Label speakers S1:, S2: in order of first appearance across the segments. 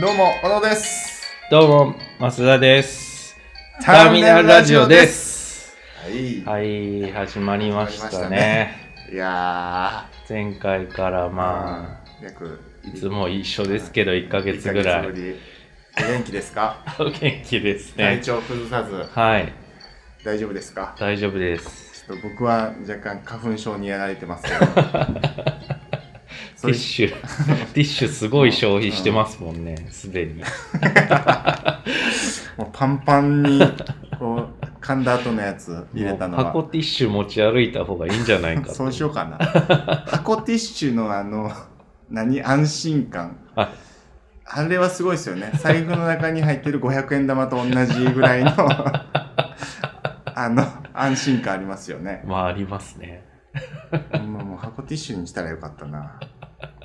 S1: どうも、小野です。
S2: どうも、増田です。ターミナルラジオです。
S1: はい。
S2: はい、始まりまし
S1: 始まりました
S2: た
S1: ね
S2: ね。
S1: いや
S2: 前回から
S1: ー、
S2: まあ、
S1: あ、約
S2: いつも一緒ですけど、1ヶ
S1: 1
S2: 月ぐらい
S1: ヶ。月ぶりお元気ですか
S2: お元気です
S1: 体
S2: ね。
S1: 調崩さず
S2: はい、
S1: 大丈夫ですか
S2: 大丈夫です。
S1: ちょっと僕は若干花粉症にやられてますけど。
S2: ティッシュ、 ティッシュすごい消費してますもんね、すでに。
S1: もうパンパンに、こう、噛んだ後のやつ入れたの
S2: もう箱
S1: は。
S2: ティッシュ持ち歩いた方がいいんじゃないかと
S1: そうしようか な。箱ティッシュのあの、何安心感。
S2: あ
S1: あれはすごいですよね。財布の中に入ってる500円玉と同じぐらい の、あの、安心感ありますよね。
S2: まあ、ありますね。
S1: ほんまもう箱ティッシュにしたらよかったな。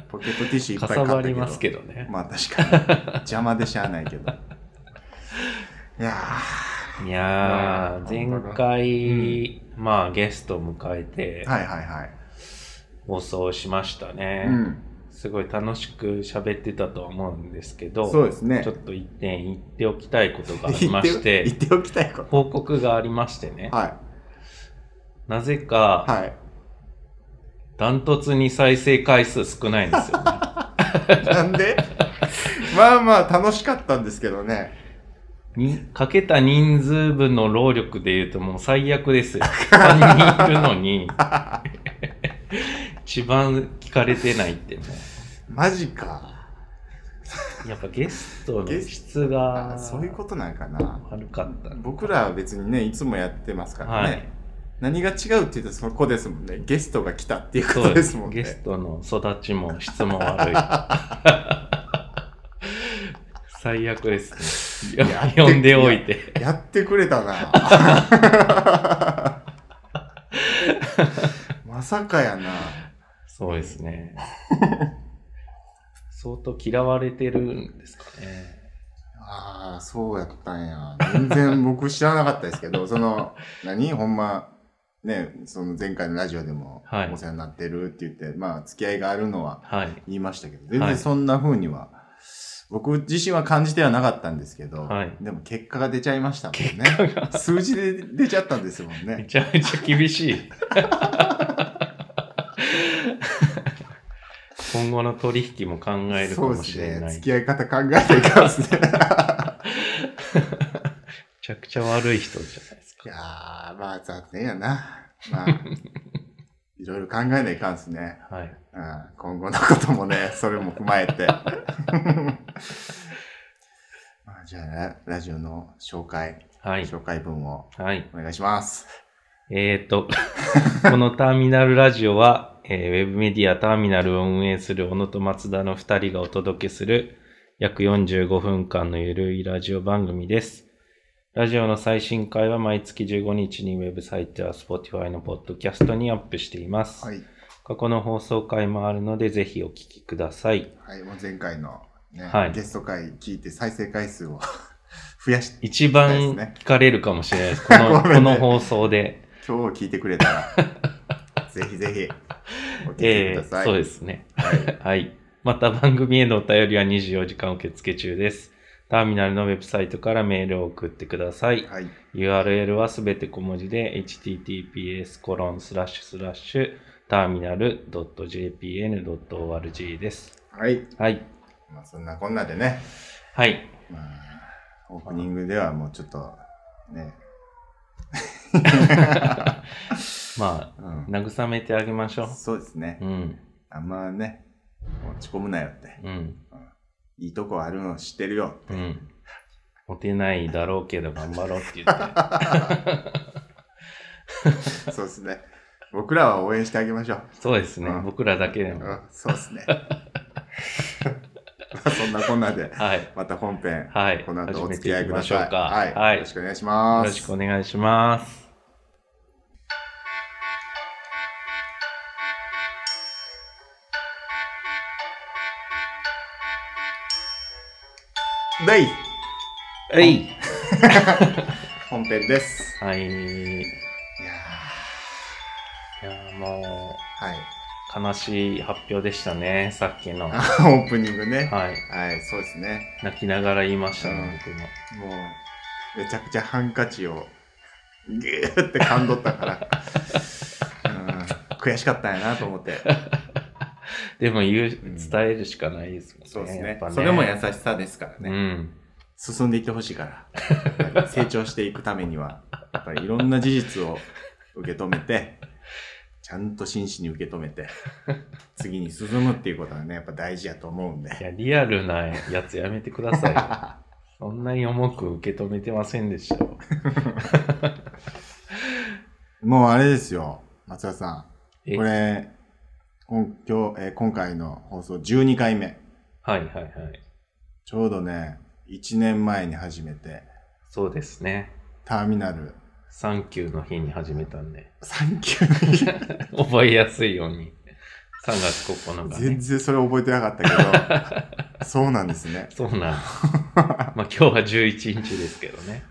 S1: ポケットティッシュいっぱ
S2: か
S1: い買
S2: さ
S1: ったけど。
S2: ばりますけどね。
S1: まあ確かに。邪魔でしゃあないけ ど。いや
S2: いや
S1: うん
S2: ー、前回、まあ、ゲスト迎えて
S1: ー、はいはいはい。
S2: 放送しましたね。
S1: うん。
S2: すごい楽しく喋ってたと思うんですけど、
S1: そうですね
S2: ちょっ。と一点言っておきたいことがありまし、
S1: 言ってておきたいこと。
S2: 報告がありましてね、
S1: はい。
S2: なぜか、
S1: はい。
S2: ダントツに再生回数少ないんで すよね。
S1: なんでまあまあ楽しかったんですけどね。
S2: にかけた人数分の労力で言うともう最 悪ですよ。3人いるのに、 一番聞かれてないってね。
S1: マジか。
S2: やっぱゲストの質が
S1: あそういうことなんかな。
S2: 悪かったね。
S1: 僕らは別にね、いつもやってますからね。
S2: はい。
S1: 何が違うって言ったらそこですもんね。ゲストが来たっていうこ
S2: そう
S1: と
S2: で
S1: です
S2: す
S1: もん
S2: ゲス
S1: ね。
S2: トの育ちも質も悪い。 最悪ですね。
S1: や
S2: 呼んでおいて。
S1: やってくれた な。まさかやな。
S2: そうですね。相当嫌われてるんですかね。
S1: ああ、そうやったんや。全然僕知らなかったですけ ど、その、何ほんま、ね、その前回のラジオでも
S2: はい
S1: お世話になってるって言って、まあ、付き合いがあるのは
S2: はい。
S1: 言いましたけど、全
S2: は
S1: 然
S2: い
S1: そんな風には、僕自身は感じてはなかったんですけど、
S2: はい
S1: でも結果が出ちゃいましたもんね。数字で出ちゃったんですもん
S2: め
S1: ね。
S2: ちゃめちゃ厳しい。 今後の取引も考えるか
S1: そう
S2: も
S1: で
S2: し
S1: す
S2: れ
S1: ね。
S2: ない。
S1: 付き合い方考えていかんですね。
S2: めちゃくちゃ悪い人じゃないです
S1: い
S2: か。
S1: やー、まあ残念やな。 まあ、いろいろ考えないかんですね。
S2: は
S1: う
S2: い。
S1: ん今後のこともね、 それも踏まえて。まあじゃあラ、ラジオの紹介、
S2: はい。
S1: 紹介文を
S2: はい。
S1: お願いします。
S2: えー、と、 このターミナルラジオは、えーウェブメディアターミナルを運営する小野と松田の2人がお届けする約45分間のゆるいラジオ番組です。ラジオの最新回は毎月15日にウェブサイトや Spotify のポッドキャストにアップしています。
S1: はい。
S2: 過去の放送回もあるのでぜひお聞きください。
S1: はい、もう前回の、ね
S2: はい
S1: ゲスト回聞いて再生回数を 増やし、
S2: 一
S1: そう
S2: 番
S1: ですね
S2: 聞かれるかもしれない です。この
S1: これね
S2: この放送で。
S1: 今日聞いてくれた ら、ぜひぜひ、お聞き
S2: え
S1: くださ
S2: ー、
S1: い。
S2: そうですね。
S1: はい。
S2: はい。また番組へのお便りは24時間受付中です。ターミナルのウェブサイトからメールを送ってください。
S1: はい。
S2: URL はすべて小文字で https コロンスラッシュスラッシュターミナル .jpn.org です。
S1: はい。
S2: はい。
S1: まあ、そんなこんなでね、
S2: はい。
S1: まあ、オープニングではもうちょっと、ね、
S2: ま
S1: う
S2: あ、
S1: ん、
S2: 慰めてあげましょ
S1: そうですね
S2: う。。うん。
S1: あんまね、落ち込むなよって。
S2: うん。
S1: いいとこあるの知ってるよ。
S2: うん。モテないだろうけど頑張ろうって言って。
S1: そうですね。僕らは応援してあげましょう。
S2: そうですね
S1: う。ん
S2: 僕らだけで
S1: う
S2: も。
S1: ん、そうですね。 まあそんなこんなで、
S2: はい。
S1: また本編、
S2: はい。
S1: この後
S2: 始
S1: お
S2: め
S1: 付
S2: て
S1: き合
S2: い
S1: い
S2: き
S1: く
S2: ま
S1: だ
S2: しょう
S1: さい。
S2: か。
S1: はい。よろしくお願いしま
S2: よ
S1: す。
S2: ろしくお願いします。
S1: でい
S2: はい。
S1: 本編です。
S2: はい。い
S1: いや
S2: や、も、
S1: ーはいう
S2: 悲しい発表でしたね、さっきの。は
S1: あ オープニングね。
S2: い。
S1: はい、そうですね。
S2: 泣きながら言いましたね、
S1: うん
S2: 僕も。
S1: もう、めちゃくちゃハンカチを、ぎゅーって噛んどったから。 うん、悔しかったんやなと思って。
S2: でも言う、
S1: ん
S2: 伝えるしかないですもんね。
S1: そうです
S2: やっ
S1: ね
S2: ぱ
S1: それも優しさですからね。
S2: うん。
S1: 進んでいってほしいから。 成長していくためには、やっぱりいろんな事実を受け止めて、ちゃんと真摯に受け止めて、次に進むっていうことがね、やっぱ大事やと思うんで。
S2: いや、リアルなやつやめてく ださいよ。そんなに重く受け止めてませんでしたよ。
S1: もうあれですよ、松田さん。
S2: え
S1: これ、今今日、えー今回の放送12回目。
S2: はいはいはい。
S1: ちょうどね、1年前に始めて、
S2: そうですね。
S1: ターミナル
S2: サンキューの日に始めたんで。
S1: 3級に、
S2: 覚えやすいように。3月9日
S1: 全
S2: ね。
S1: 然それ覚えてなかったけど、そうなんですね。
S2: そうなん。まあ今日は11日ですけどね。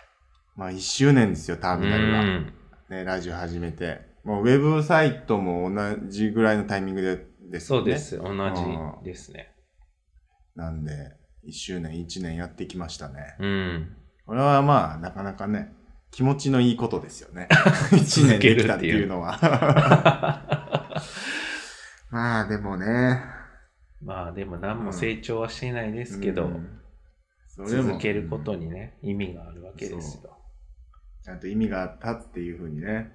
S1: まあ1周年ですよ、ター
S2: う
S1: ミナルは。
S2: ん。
S1: ね、ラジオ始めて。もうウェブサイトも同じぐらいのタイミングでですよ
S2: そう
S1: ね。
S2: です。同じですね。
S1: なんで、1周年、1年やってきましたね。
S2: うん。
S1: これはまあ、なかなかね、気持ちのいいことですよ ね。1年できたっていうのは。 まあ、でもね。
S2: まあでも何も成長はしていないですけど、
S1: うんそれも
S2: 続けることにね、意味があるわけですよ。
S1: ちゃんと意味があったっていうふうにね、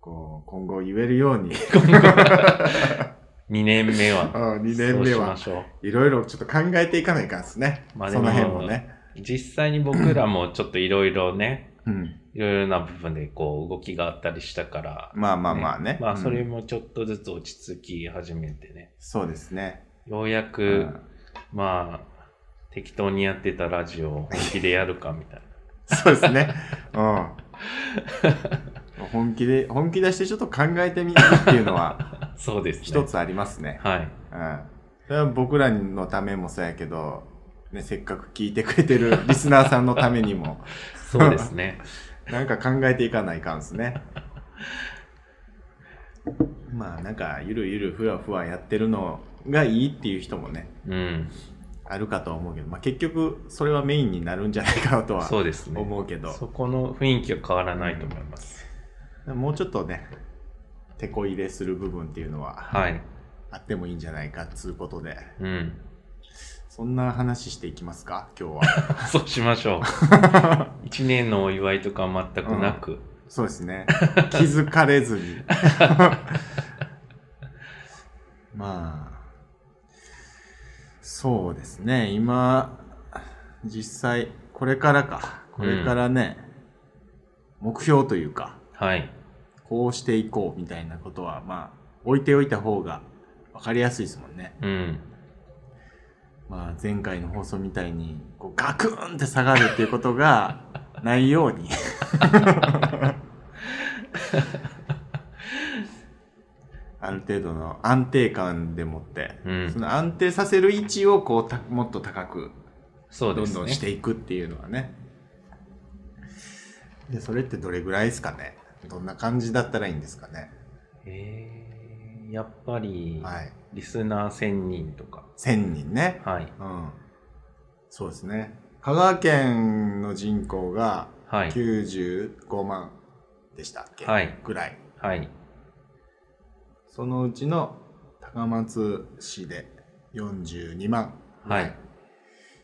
S1: こう、今後言えるよう に、
S2: 2年目は。
S1: 2年目は
S2: そう、しましょう。
S1: いろいろちょっと考えていかないかんですね。
S2: まあで
S1: そ
S2: も
S1: の辺もね。
S2: 実際に僕らもちょっといろいろね、
S1: うん。
S2: いろいろな部分でこう動きがあったりしたから、
S1: まあまあまあね。
S2: まあそれ
S1: うん
S2: もちょっとずつ落ち着き始めてね、
S1: そうですね。
S2: ようやく、
S1: うん
S2: まあ、適当にやってたラジオを本気でやるかみたい
S1: そうですね。うん。本気で、本気出してちょっと考えてみるっていうの は、
S2: な。そうですね。
S1: 一。つありますね。
S2: はい。
S1: うん。それは僕らのためもそうやけど、ね、せっかく聞いてくれてるリスナーさんのために も、
S2: そうですね。
S1: なんか考えていかないかんですね。まあなんかゆるゆるふわふわやってるのがいいっていう人もね
S2: うん。
S1: あるかとは思うけど、まあ、結局それはメインになるんじゃないかなとは
S2: そうですね。
S1: 思うけど
S2: そこの雰囲気は変わらないと思います。
S1: もうちょっとね手こ入れする部分っていうのは
S2: はい。
S1: あってもいいんじゃないかっつうことで
S2: うん。
S1: そんな話していきますか今日 は
S2: そうしま しょう。一年のお祝いとか全くなく。
S1: そうですね気づかれずに まあそうですね今実際これからかこれからね、目標というか
S2: はい。
S1: こうしていこうみたいなことはまあ置いておいた方が分かりやすいですもんね
S2: うん。
S1: まあ、前回の放送みたいにこうガクンって下がるっていうこと がないようにある程度の安定感でもって、
S2: うん
S1: その安定させる位置をこうたもっと高く
S2: そう
S1: ど
S2: で
S1: ん
S2: すね。
S1: どんしていくっていうのはねでそれってどれぐらいですかねどんな感じだったらいいんですかね
S2: えーやっぱり、
S1: はい
S2: リスナー1000人とか。
S1: 1000人ね
S2: はい。
S1: うんそうですね香川県の人口が
S2: はい。
S1: 95万でしたっけ、
S2: はい
S1: ぐらい
S2: はい。
S1: そのうちの高松市で42万ぐら
S2: はい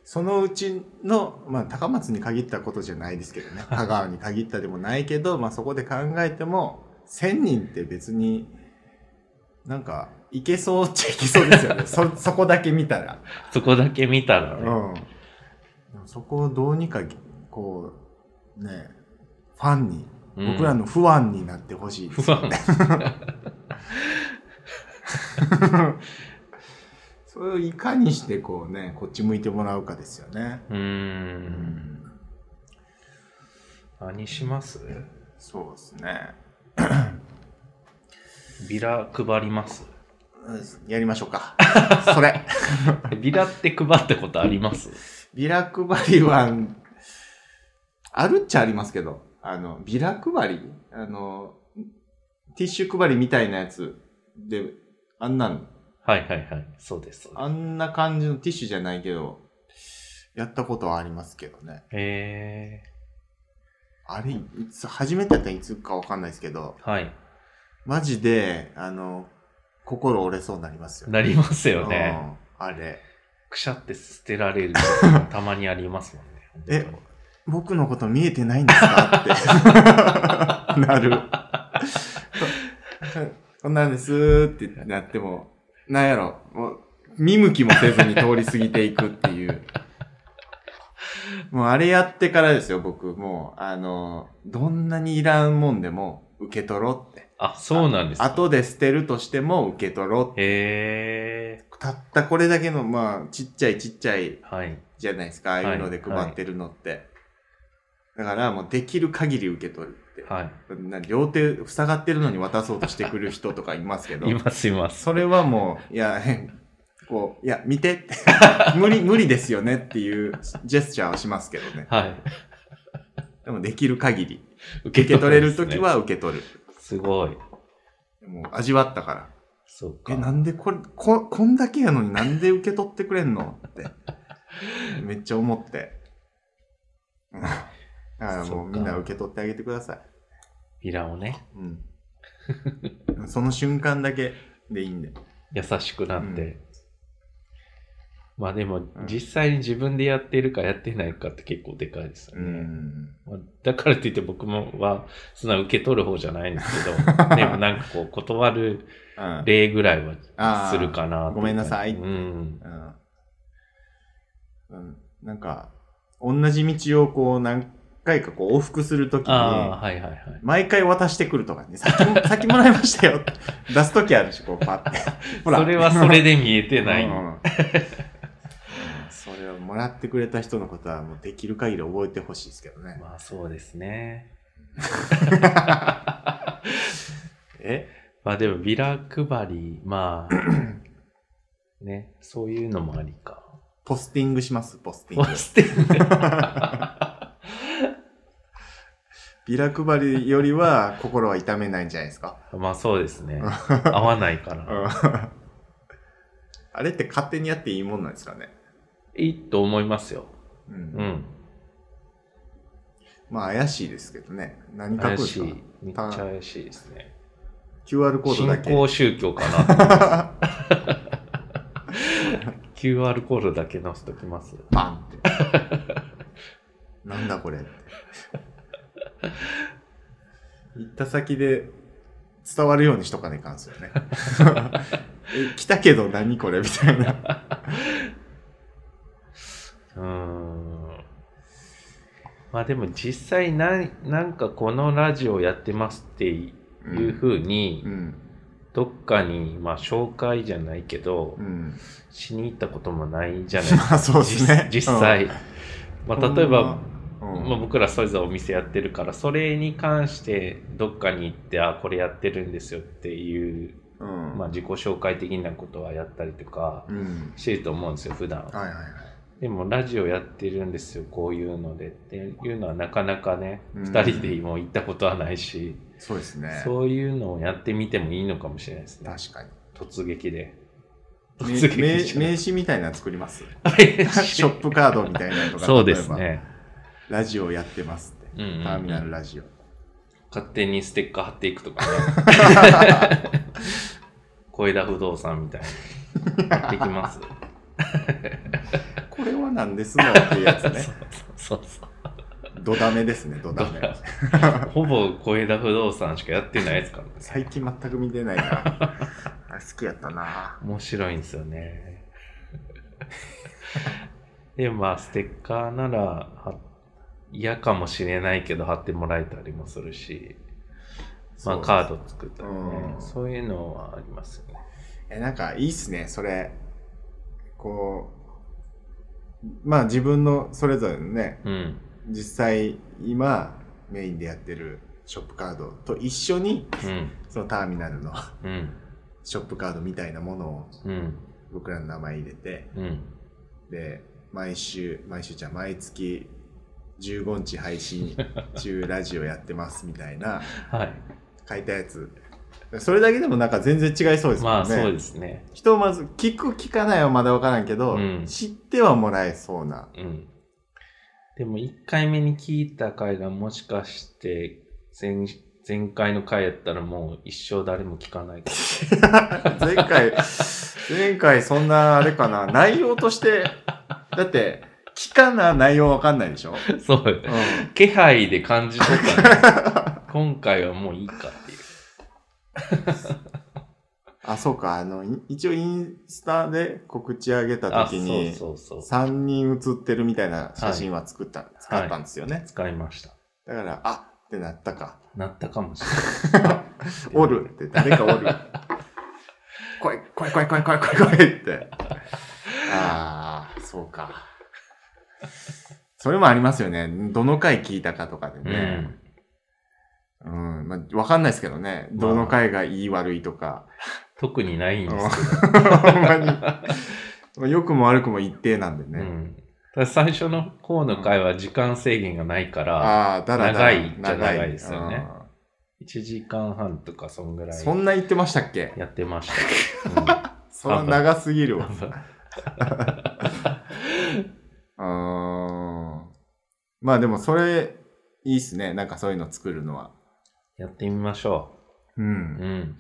S1: そのうちの、まあ、高松に限ったことじゃないですけどね 香川に限ったでもないけど、まあ、そこで考えても1000人って別になんかいけそうっちゃいけそうです よねそそこだけ見たら、
S2: そこだけ見たら
S1: う
S2: ね。
S1: ん、でもそこをどうにかこうねファンに
S2: うん
S1: 僕らの不安になってほしいです
S2: 不安。
S1: それをいかにしてこうねこっち向いてもらうかですよね
S2: うー。
S1: うん
S2: 何します
S1: そうですね
S2: ビラ配 ります
S1: うんやりましょうか それ
S2: えビラって配ったことあります
S1: ビラ配りはあるっちゃありますけどあのビラ配りあのティッシュ配りみたいなやつであんなん、
S2: はいはいはい。そうです。そうです
S1: あんな感じのティッシュじゃないけど、やったことはありますけどね。
S2: へ
S1: あれ、いつ、初めてやったらいつかわかんないですけど、
S2: ー。はい。
S1: マジで、あの、心折れそうになりますよ
S2: なりますよね。
S1: うんあれ。。
S2: くしゃって捨てられることもたまにありますもん
S1: え
S2: ね本当
S1: 僕のこと見えてないんですかってなる。こんなんですってなっても、なんやろ、もう見向きもせずに通り過ぎていくっていう。もうあれやってからですよ、僕。もう、あの、どんなにいらんもんでも受け取ろうって。
S2: あ、そうなんですか。
S1: 後で捨てるとしても受け取ろうって。
S2: へえ
S1: たったこれだけの、まあ、ちっちゃいちっちゃい
S2: ー。はい。
S1: じゃないですか、ああいうので配ってるのって。だからもうできる限り受け取るって。
S2: はい。
S1: な両手塞がってるのに渡そうとしてくる人とかいますけど、
S2: いますいます。
S1: それはも う、いや、こう、いや、見て って、無理、無理ですよねっていうジェスチャーをしますけどね。
S2: はい。
S1: でもできる限り、
S2: 受
S1: 受け取れると
S2: ん
S1: き
S2: ですね。
S1: は受け取る。
S2: すごい。
S1: もう味わったから。
S2: そうか。
S1: え、なんでこれ、こ、こんだけやのになんで受け取ってくれんのって、 めっちゃ思って。 うんだからもう
S2: そっか
S1: みんな受け取ってあげてください。
S2: ビラをね、
S1: うん。 その瞬間だけでいいんで。
S2: 優しくなって。
S1: うん
S2: まあでも、実際に自分でやってるかやってないかって結構でかいですよ
S1: う
S2: ね。
S1: ん。
S2: まあだからといって僕もは、そんな受け取る方じゃないんですけ ど、でもなんかこう、断る
S1: うん。
S2: 例ぐらいはするかな
S1: あーごめんなさい
S2: うん。
S1: うんうん。なんか、同じ道をこう何回かこう往復するときに、
S2: ああ、はいはいはい。
S1: 毎回渡してくるとかね、さっきも、 さっきもらいましたよって出すときあるし、こうパ ッて。ほら
S2: それはそれで見えてない。
S1: うんうんそれをもらってくれた人のことはもうできる限り覚えてほしいですけどね。
S2: まあそうですね。
S1: え
S2: まあでもビラ配り、まあ、 ね、そういうのもありか。
S1: ポスティングします、ポスティン
S2: ポ
S1: グ。
S2: スティング。
S1: ビラ配りよりは心は痛めないんじゃないですか。
S2: まあそうですね。合わないか
S1: う
S2: ら。
S1: ん あれって勝手にやっていいもんなんですかね。
S2: いいと思いますよ。
S1: うん
S2: うん。
S1: まあ怪しいですけどね。何書くん
S2: 怪
S1: です
S2: し
S1: か
S2: い。めっちゃ怪しいですね。
S1: ?QR コード
S2: 新
S1: だけ。
S2: 興宗教かな。QR コードだけ載せときます。
S1: パンって。なんだこれって。行った先で伝わるようにしとかねいかんすよね。 え来たけど何これみたいな。
S2: うーん。まあでも実際なん、なんかこのラジオやってますってい
S1: うん
S2: いうふうに、
S1: うん。
S2: どっかに、まあ、紹介じゃないけど、
S1: うん。
S2: しに行ったこともないじゃないですか。
S1: まあ そうですね。
S2: 実実際。まあ、例えば、
S1: うん、うん
S2: まあ、僕らそれぞれお店やってるから、それに関してどっかに行って、あ、これやってるんですよっていう、
S1: うん
S2: まあ、自己紹介的なことはやったりとか
S1: うん。
S2: してると思うんですよ、普段。
S1: はいはいはい。
S2: でも、ラジオやってるんですよ、こういうのでっていうのはなかなかね、
S1: うん
S2: 二人でも行ったことはないし、
S1: そうですね。
S2: そういうのをやってみてもいいのかもしれないですね。
S1: 確か に。
S2: 突撃で。
S1: め
S2: 突
S1: 名
S2: 撃じゃない
S1: 名刺みたいなの作り ますシ
S2: シ
S1: ョップカードみたいなのとか。
S2: そうです
S1: 例え
S2: ね。
S1: ば。ラジオやってますって。
S2: うんうんうん
S1: ターミナルラジオ。
S2: 勝手にステッカー貼っていくとかね。 小枝不動産みたいな。貼ってきます。
S1: これは何ですのっていうやつ ね。
S2: そうそう。
S1: ドダメですね、ドダメ。
S2: ほぼ小枝不動産しかやってないですからね。
S1: 最近全く見てない な。あ好きやったな。
S2: 面白いんですよね。 で、まあ、ステッカーならは嫌かもしれないけど貼ってもらえたりもするし、まあ、カー
S1: ド。
S2: ド作ったりね、
S1: うん
S2: そういうのはありますよね。
S1: え、なんかいいっすね、それ。こう、まあ自分のそれぞれのね、
S2: うん。
S1: 実際今メインでやってるショップカードと一緒に、
S2: うん。
S1: そのターミナルの
S2: うん。
S1: ショップカードみたいなものを
S2: うん。
S1: 僕らの名前入れて、
S2: うん。
S1: で、毎週、毎週じゃない毎月15日 配信中ラジオやってますみたいな
S2: はい。
S1: 書いたやつそれだけでもなんか全然違いそうですもんね。
S2: まあそうですね。
S1: 人をまず聞く聞かないはまだ分からんけど、
S2: うん
S1: 知ってはもらえそうな。
S2: うん。でも1回目に聞いた回がもしかして前、前回の回やったらもう一生誰も聞かないかも。
S1: 前回、 前回そんなあれかな、内容として、だって、聞かな内容分かんないでしょ、
S2: そうよ
S1: う
S2: ね。
S1: ん、
S2: 気配で感じ取ったね今回はもういいかっていう。
S1: あ、そうか、あの、い一応インスタで告知上げた
S2: あ、そ
S1: 時
S2: う
S1: に、
S2: そうそう。
S1: 3人写ってるみたいな写真は作った、使ったんですよね。
S2: 使いました。
S1: だから、あってなったか。。
S2: なったかもしれない
S1: おるって、誰かお る。来い、来い、来い、来い、来い、来い、来いって。ああ、そうか。それもありますよね。どの回聞いたかとかで
S2: う
S1: ね。
S2: ん。
S1: うん。まあ、わかんないですけどね。
S2: まあ
S1: どの回がいい悪いとか。
S2: 特にないんですけ
S1: ほんまに。まあ良くも悪くも一定なんで
S2: ど、ねう
S1: ね。
S2: ん、ただ最初の方の回は時間制限がないから、
S1: ああ、だらだら。
S2: 長いっちゃ長いですよね1時間半とかそんぐ
S1: うん
S2: ら
S1: そ
S2: い
S1: んな言ってましたっけ
S2: やって ました。
S1: それは長すぎ
S2: う
S1: る
S2: ん
S1: わ。うーんまあでもそれいいっすねなんかそういうの作るのは
S2: やってみましょ
S1: う
S2: う。
S1: ん
S2: うん。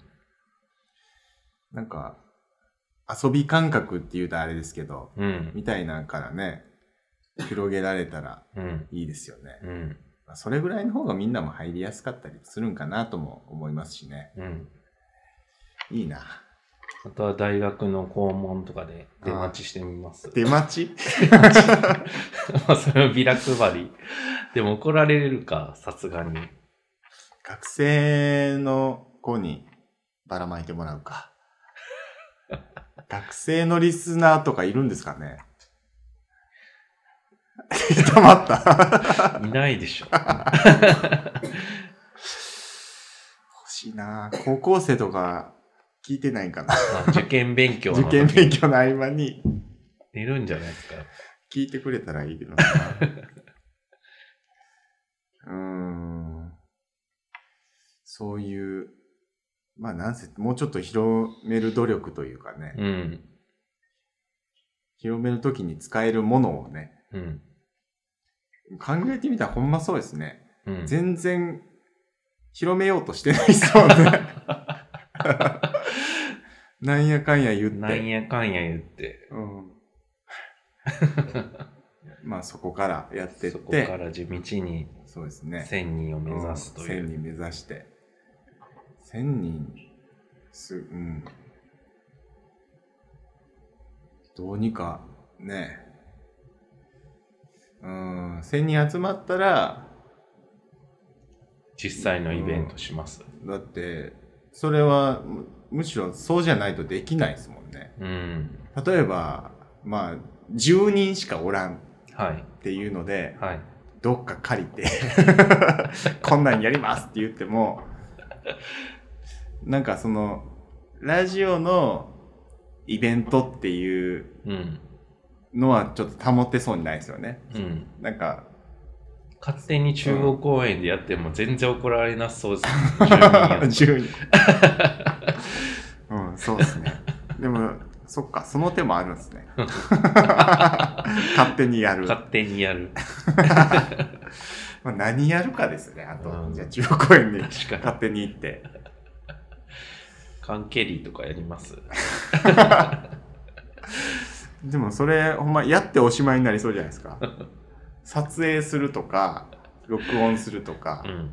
S1: なんか遊び感覚っていうとあれですけど
S2: うん。
S1: みたいなんからね広げられたら
S2: うん。
S1: いいですよね
S2: うん。
S1: まあそれぐらいの方がみんなも入りやすかったりするんかなとも思いますしね
S2: うん。
S1: いいな
S2: あとは大学の校門とかで出待ちしてみます。
S1: 出待ち
S2: まあそれはビラ配り。でも怒られるか、さすがに。
S1: 学生の子にばらまいてもらうか学生のリスナーとかいるんですかね たまった
S2: いないでしょ。
S1: 欲しいなぁ高校生とか聞いてないんかな
S2: まあ受験勉強の
S1: 受
S2: 時
S1: 験
S2: に
S1: 勉強の合間に
S2: いるんじゃないですか。
S1: 聞いてくれたらいいけどな うーんそういうまあなんせもうちょっと広める努力というかね、
S2: うん。
S1: 広めるときに使えるものをね
S2: うん。
S1: 考えてみたらほんまそうですね
S2: うん。
S1: 全然広めようとしてないそう ねなんやかんや言って
S2: なんやかんや言って、
S1: うん、まあそこからやってっ
S2: そこか
S1: て
S2: ら地道に
S1: そうですね
S2: 1000人を目指すとい
S1: うん
S2: う。
S1: 1000人目指して1000人すうんどうにかねうん1000人集まったら
S2: 実際のイベントします。
S1: だってそれはむむしろそうじゃないとできないですもんね
S2: うん。
S1: 例えばまあ10人しかおらん
S2: はい。
S1: っていうので
S2: はい。
S1: どっか借りて こんなんやりますって言ってもなんかそのラジオのイベントっていう
S2: うん。
S1: のはちょっと保ってそうにないですよね
S2: うん。
S1: なんか
S2: 勝手に中央公園でやっても全然怒られなそ うです。住
S1: 10うんそうですねでもそっかその手もあるんです ね勝手にやる
S2: 民が勝手にやる。
S1: まあ、何やるかですねあと、
S2: うん
S1: じゃあ中央公園に
S2: 確かに。
S1: 勝手に行って
S2: カンケリーとかやります。
S1: でもそれほんまやっておしまいになりそうじゃないですか撮影するとか録音するとか、
S2: うん。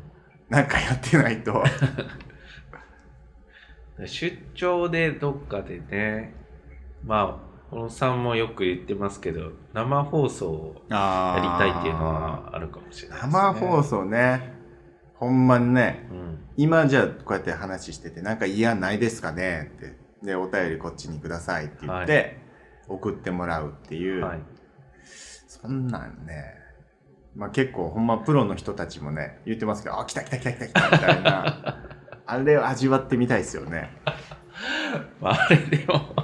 S1: なんかやってないと
S2: 出張でどっかでね、まあ、小野さんもよく言ってますけど、生放送をやり
S1: あ
S2: たいっていうのはあるかもしれないです、ね。
S1: 生放送ねほんまにね
S2: うん。
S1: 今じゃあこうやって話しててなんか嫌ないですかねってでお便りこっちにくださいって言って、
S2: は
S1: 送ってもらうっていう、
S2: はい。
S1: そんなんね、まあ、結構ほんまプロの人たちもね言ってますけど「あ来た来た来た来た来た」みたい なあれを味わってみたいですよね。
S2: まあ、あれでも、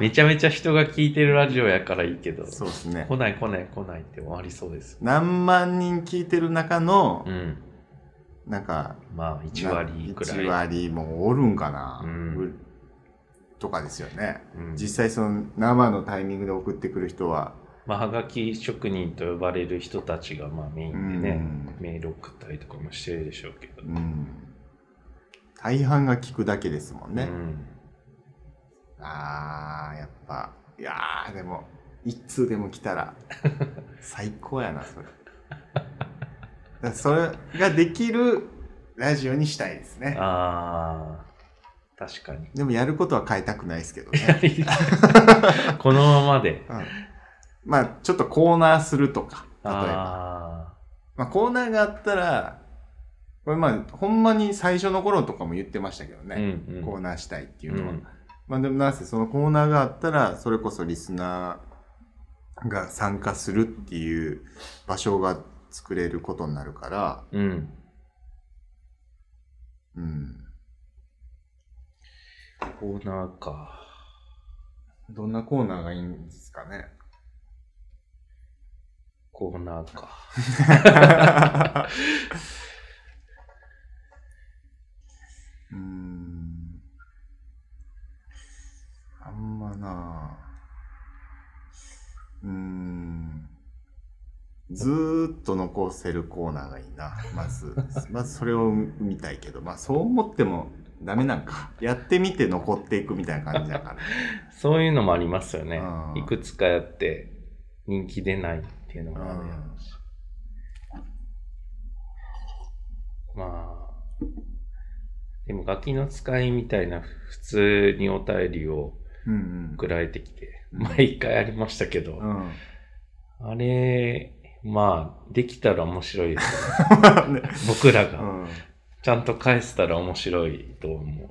S2: めちゃめちゃ人が聞いてるラジオやからいいけど、
S1: そうですね
S2: 来ない来ない来ないって終わりそうです。
S1: 何万人聞いてる中の
S2: う、ん。
S1: なんか、
S2: まあ、1割くらい。
S1: 1割もおるんかな、
S2: うん
S1: うとかですよね。
S2: うん
S1: 実際その生のタイミングで送ってくる人は、
S2: まあ、はがき職人と呼ばれる人たちが、まあ、メインでね、メール送ったりとかもしてるでしょうけど。
S1: うんうん大半が聞くだけですもんね。
S2: うん
S1: あーやっぱいやーでも一通でも来た ら最高やなそれだからそれができるラジオにしたいですね
S2: ああ、確か に。
S1: でもやることは変えたくないですけどね、
S2: このままで。
S1: うん、まあちょっとコーナーするとか例えば
S2: あ
S1: まあ、コーナーがあったらこれまあほんまに最初の頃とかも言ってましたけど
S2: あ、
S1: ね、
S2: うんうん、
S1: コー
S2: ー
S1: ナーしたいっていううのは、
S2: ん
S1: まあでもなぜそのコーナーがあったらそれこそリスナーが参加するっていう場所が作れることになるから、
S2: うん。
S1: うん、
S2: コーナーか。
S1: どんなコーナーがいいんですかね
S2: コーナーか。
S1: うんあんまなぁうんずーっと残せるコーナーがいいなまずまずそれを見たいけどまあそう思ってもダメなんかやってみて残っていくみたいな感じだからね
S2: そういうのもありますよね
S1: あ。ー
S2: いくつかやって人気出ないっていうのもあるやろうし。まあ、でもガキの使いみたいな普通にお便りを
S1: うん
S2: 送られてきて、
S1: うん
S2: 毎回ありましたけど、
S1: うん、うん
S2: あれ、まあ、できたら面白いですよ
S1: ね
S2: 僕ら
S1: う
S2: が。
S1: ん
S2: ちゃんと返せたら面白いと思う。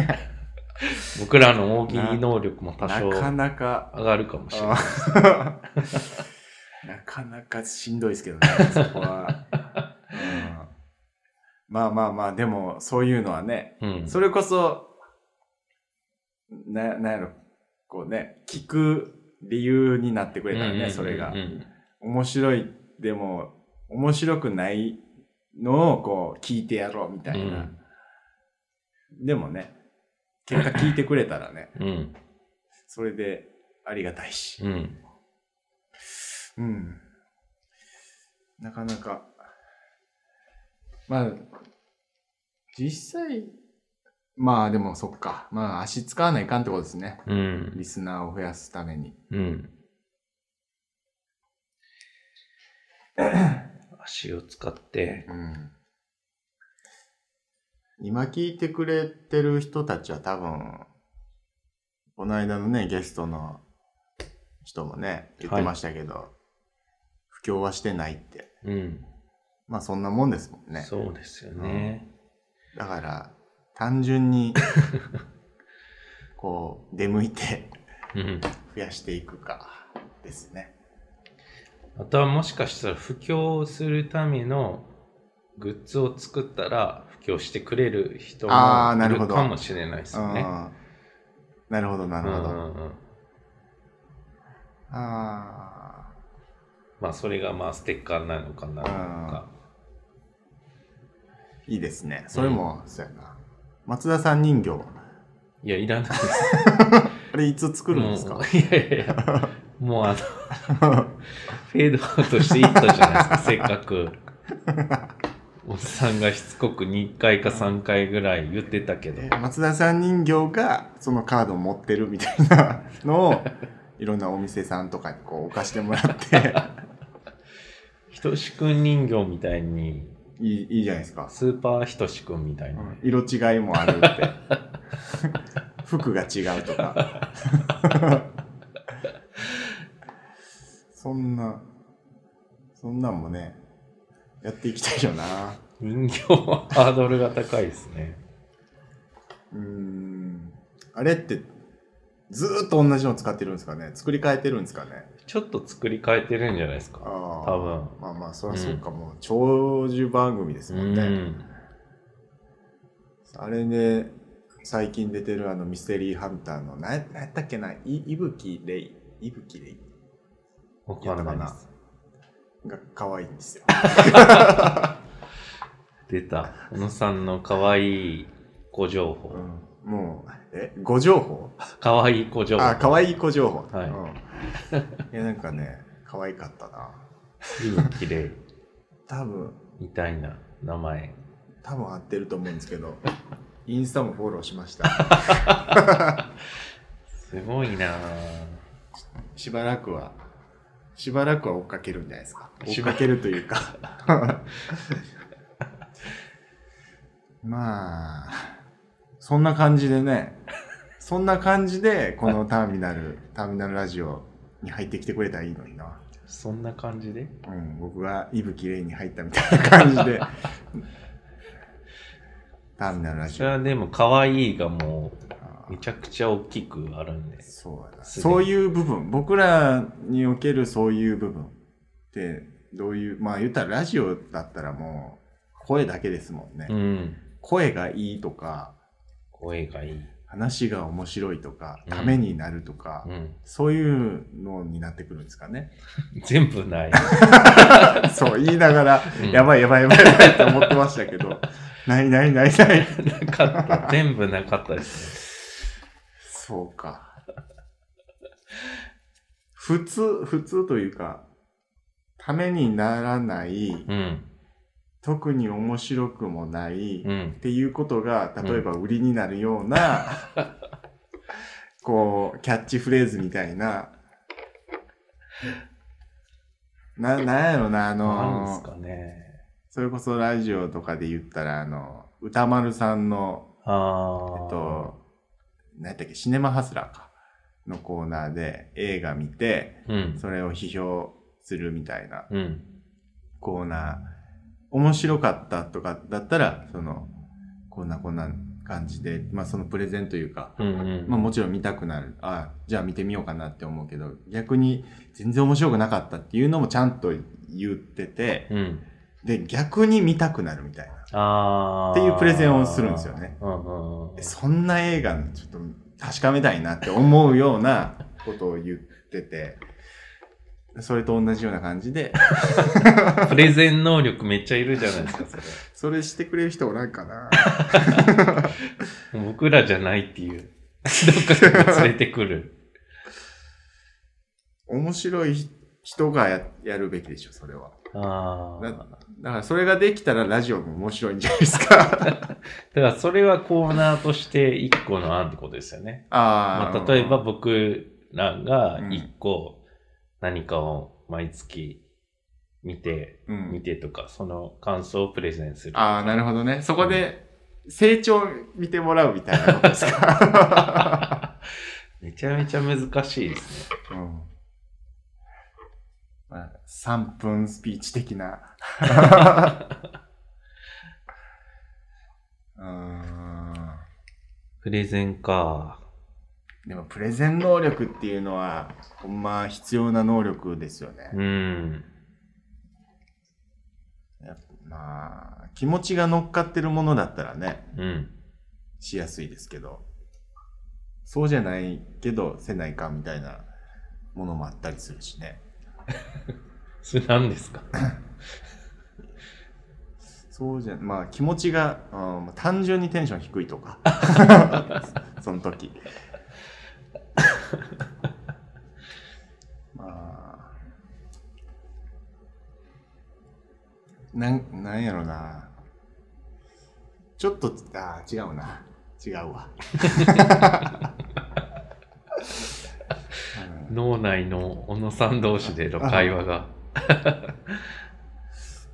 S2: 僕らの大喜利能力も多
S1: な
S2: 少
S1: か
S2: 上
S1: なか
S2: がるかもしれない。
S1: あー なかなかしんどいですけどね、そこは。うんまあまあまあ、でもそういうのはね、
S2: うん。
S1: それこそ、な、なんやろ、こうね、聞く理由になってくれたら
S2: うんうんうんう
S1: ね、
S2: ん
S1: それが
S2: う。ん
S1: 面白い、でも、面白くないのをこう、聞いてやろうみたいな。でもね、結果聞いてくれたらね、
S2: うん。
S1: それでありがたいし。
S2: うん。
S1: うん。なかなか。まあ、実際、まあでもそっか。まあ足使わないかんってことですね。
S2: うん。
S1: リスナーを増やすために。
S2: うん。足を使って、
S1: うん。今聞いてくれてる人たちは多分、この間のね、ゲストの人もね、言ってましたけど、不況はしてないって。
S2: うん。
S1: まあそんなもんですもんね。
S2: そうですよね。
S1: だから単純にこう出向いて
S2: うん。
S1: 増やしていくかですね。
S2: あとはもしかしたら布教するためのグッズを作ったら布教してくれる人も
S1: あーないる
S2: る
S1: ほど
S2: かもしれないですよね。
S1: あーなるほどな
S2: う
S1: る
S2: ん
S1: ほ
S2: う
S1: ど。
S2: んうん
S1: あ
S2: まあそれがまあステッカーなのかなとか。
S1: ーいいですね。それも、そうやな。松田さん人形
S2: いや、いらないです。
S1: あれいつ作るんですか
S2: もういやいやいや、もうあの、フェードアウトしていったじゃないですか、せっかく。おっさんがしつこく2回か3回ぐらい言ってたけ ど
S1: え。ー松田さん人形がそのカードを持ってるみたいなのをいろんなお店さんとかにこう置かしてもらっ て
S2: ひとしくん人形みたいに、
S1: いいいいじゃないですか。
S2: スーパーひとしくんみたいな。
S1: 色違いもある って。服が違うとか。 そんな、そんなんもね、やっていきたいよな。
S2: 人形はハードルが高いですね。
S1: うーん。あれって、ずーっと同じの使ってるんですかね作り変えてるんですかね
S2: ちょっと作り変えてるんじゃないですか。
S1: あ
S2: 多
S1: あ。
S2: 分。
S1: まあまあ、そりゃそうか、もう長寿番組です
S2: う
S1: もんね。
S2: ん。
S1: あれで、最近出てるあのミステリーハンターの、な、なんやったっけな、い、いぶきれい、いぶきれい
S2: わかんないです。
S1: が可愛いんですよ。
S2: 出た。小野さんの可愛い子情報
S1: う。ん、もう、え、ご情報
S2: 可愛い子情報。
S1: あ、可愛い子情報。
S2: はい
S1: うん、いや、なんかね、可愛かったな。
S2: 随分綺麗
S1: 多分、
S2: みたいな名前。
S1: 多分合ってると思うんですけど、インスタもフォローしました。
S2: すごいなぁ
S1: しばらくは、しばらくは追っかけるんじゃないですか。追
S2: し
S1: っ
S2: ば
S1: かけるというか。まあ、そんな感じでね、そんな感じで、このターミナル、ターミナルラジオに入ってきてくれたらいいのにな。
S2: そんな感じで
S1: うん、僕が伊吹レイに入ったみたいな感じ で。ターミナルラ
S2: そ
S1: ジ
S2: れ
S1: オ。
S2: はでも可愛いがも
S1: あ
S2: うめちゃくちゃ大きくあるんで
S1: ーそうやな
S2: すでに
S1: そういう部分、僕らにおけるそういう部分って、どういう、まあ言ったらラジオだったらもう声だけですもんね。
S2: うん。
S1: 声がいいとか、
S2: 声がいい。
S1: 話が面白いとか、
S2: うん
S1: ためになるとか、
S2: うん。
S1: そういうのになってくるんですかね。
S2: 全部ない。
S1: そう言いながら、
S2: うん
S1: やばいやばいやばいやばいって思ってましたけど、ないないないない。
S2: なかった。全部なかったです
S1: そうか。普通、普通というか、ためにならない、
S2: ね。
S1: 特に面白くもない、
S2: うん。う
S1: っ
S2: ん。
S1: ていうことが、例えば売りになるような、こう、キャッチフレーズみたいな、な、なんやろな、あ
S2: なんです
S1: の、
S2: かね。
S1: それこそラジオとかで言ったら、あの、歌丸さんの、
S2: あ
S1: え
S2: あ。
S1: っと、何やったっけ、シネマハスラーか。のコーナーで映画見て、
S2: うん。
S1: それを批評するみたいな
S2: うん。
S1: コーナー。面白かったとかだったら、その、こんなこんな感じで、まあそのプレゼンというか、
S2: うんうん。
S1: まあもちろん見たくなる。ああ、じゃあ見てみようかなって思うけど、逆に全然面白くなかったっていうのもちゃんと言ってて、
S2: うん。
S1: で、逆に見たくなるみたいな。
S2: ああ。
S1: っていうプレゼンをするんですよね。
S2: うんうんうん。
S1: そんな映画ちょっと確かめたいなって思うようなことを言ってて、それと同じような感じ で、
S2: プレゼン能力めっちゃいるじゃない ですか、それ。
S1: それしてくれる人おらんかな。
S2: 僕らじゃないっていう。どっかから連れてくる。
S1: 面白い人がややるべきでしょ、それは。
S2: ああ。
S1: な
S2: だ
S1: だからそれができたらラジオも面白いんじゃないですか。
S2: からそれはコーナーとして一個の案ってことですよね。
S1: あー
S2: まあ、例えば、僕らが一個何かを毎月見て、
S1: うん
S2: 見てとか、その感想をプレゼンする。
S1: ああ、なるほどね。そこで成長見てもらうみたいなことですか。
S2: めちゃめちゃ難しいですね。
S1: うんまあ、3分スピーチ的 な。うーん
S2: プレゼンか。
S1: でもプレゼン能力っていうのはほんま必要な能力ですよね。
S2: うん。
S1: やっぱまあ気持ちが乗っかってるものだったらね
S2: うん。
S1: しやすいですけどそうじゃないけどせないかんみたいなものもあったりするしね
S2: それ何ですか
S1: そうじゃまあ気持ちが、うん、単純にテンション低いとかその時まあなんなんやろなちょっとあー違うな違うわうん
S2: 脳内の小野さん同士での会話が。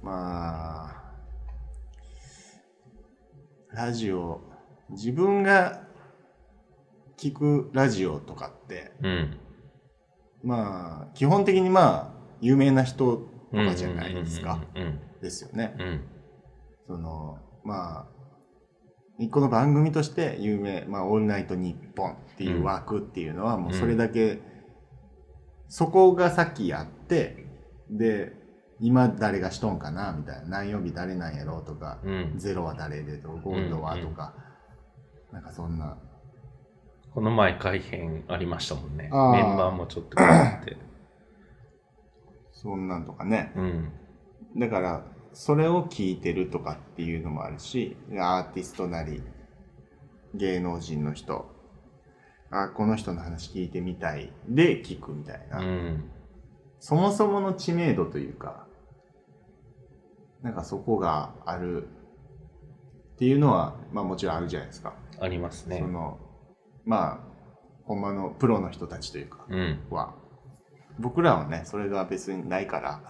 S1: まあ、ラジオ、自分が聞くラジオとかって、
S2: うん。
S1: まあ、基本的にまあ、有名な人とかじゃないですか。
S2: うん。
S1: ですよね。
S2: うん。うん
S1: その、まあ、一個の番組として有名、まあ、オールナイトニッポンっていう枠っていうのは、もうそれだけ、そこがさっきやって、で、今誰がしとんかなみたいな、何曜日誰なんやろうとか、
S2: うん
S1: ゼロは誰でと、ゴールドはとか、なんかそんな、
S2: この前改編ありましたもんね。メン
S1: あー
S2: バーもちょっと変わって。
S1: そんなんとかね。
S2: うん。
S1: だから、それを聞いてるとかっていうのもあるしアーティストなり芸能人の人あこの人の話聞いてみたいで聞くみたいな、
S2: うん。
S1: そもそもの知名度というかなんかそこがあるっていうのは、まあ、もちろんあるじゃないですか、
S2: ありますね
S1: そ。のまあほんまのプロの人たちというか
S2: うん。
S1: は僕らはねそれが別にないから